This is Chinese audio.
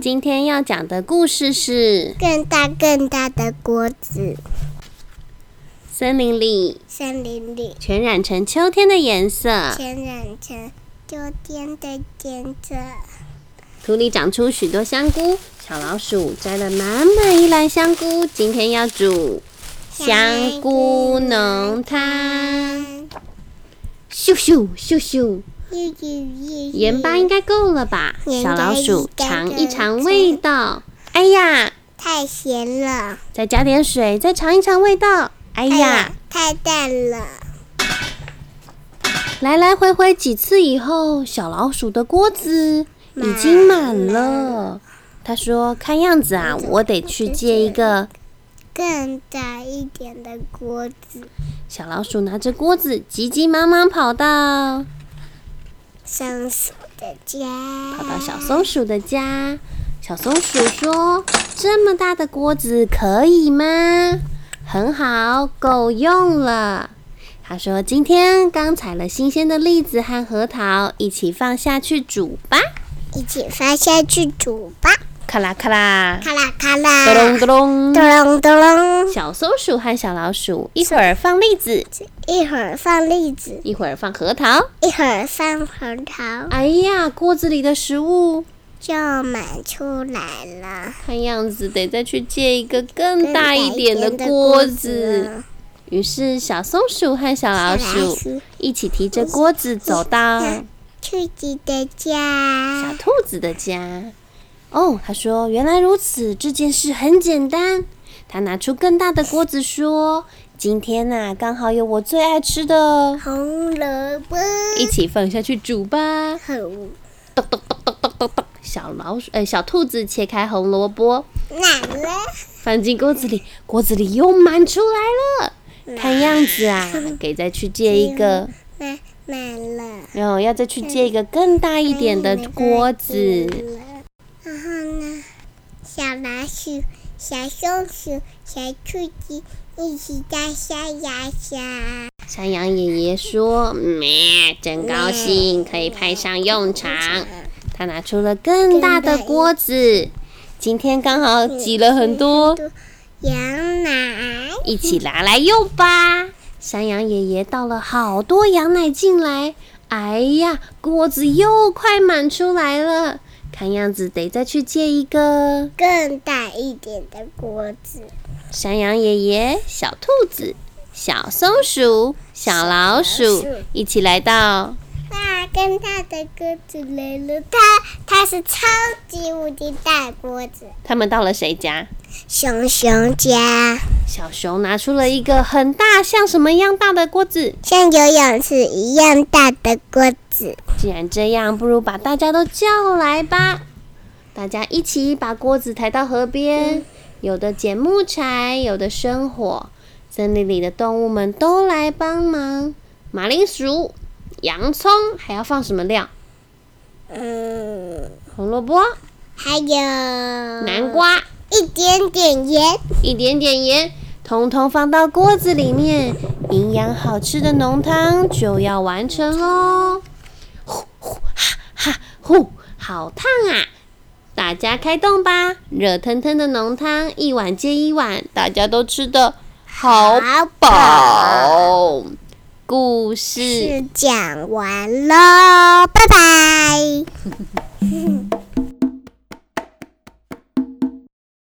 今天要讲的故事是更大更大的果子，森林里森林里全染成秋天的颜色，全染成秋天的颜色。土里长出许多香菇，小老鼠摘了满满一篮香菇，今天要煮香菇浓汤。咻咻咻咻，嗯一直一直盐巴应该够了吧？盐小老鼠该尝应一该尝够味道，哎呀，太咸了，再加点水，再尝一尝味道，哎哎呀，，太淡了。来来回回几次以后，小老鼠的锅子已经满了。他说：“看样子啊，嗯我得去借一个。更大一点的果子，”小老鼠拿着锅子，急急忙忙跑到松鼠的家，跑到小松鼠的家。小松鼠说：“这么大的锅子可以吗？”很好，够用了。他说：“今天刚采了新鲜的栗子和核桃，一起放下去煮吧。一起发下去煮吧。”咔啦咔啦，咔啦咔咚啦咚，咚咚咚。隆咚隆。小松鼠和小老鼠一会儿放栗子，一会儿放栗子，一会儿放核桃。一会儿放核桃，哎呀，锅子里的食物就满出来了。看样子得再去借一个更更大一点的锅子。了，于是，小松鼠和小老啊小老鼠鼠一起提着锅子走到去自己的小家，兔子的家。哦，他说：“原来如此，这件事很简单。”他拿出更大的锅子说：“今天呐、刚好有我最爱吃的，红萝卜，一起放下去煮吧。”很咚咚咚咚咚咚咚，小老鼠，哎，小兔子切开红萝卜，难了，放进锅子里，锅子里又满出来了。看样子啊，给再去借一个，难难了，然后要再去借一个更大一点的锅子。了。然后呢，小老鼠、小松鼠、小兔子一起在刷牙刷，山羊爷爷说：“咩，真高兴可以派上用场。”他拿出了更大的锅子，今天刚好挤了很多，羊奶。一起拿来用吧。山羊爷爷倒了好多羊奶进来，哎呀，锅子又快满出来了，看样子得再去借一个。更大一点的锅子，山羊爷爷、小兔子、小松鼠、小老鼠小老鼠一起来到哇，更大的锅子来了！它它是超级无敌大锅子，他们到了谁家？熊熊家小熊拿出了一个很大，像什么样大的锅子。像游泳池一样大的锅子，既然这样，不如把大家都叫来吧。大家一起把锅子抬到河边，有的捡木柴，有的生火。森林里的动物们都来帮忙。马铃薯、洋葱，还要放什么料？嗯，红萝卜、还有南瓜，一点点盐，一点点盐，统统放到锅子里面。营养好吃的浓汤就要完成喽！呼呼哈哈呼，好烫啊！大家开动吧，热腾腾的浓汤一碗接一碗，大家都吃的好好饱。故事是讲完喽，拜拜。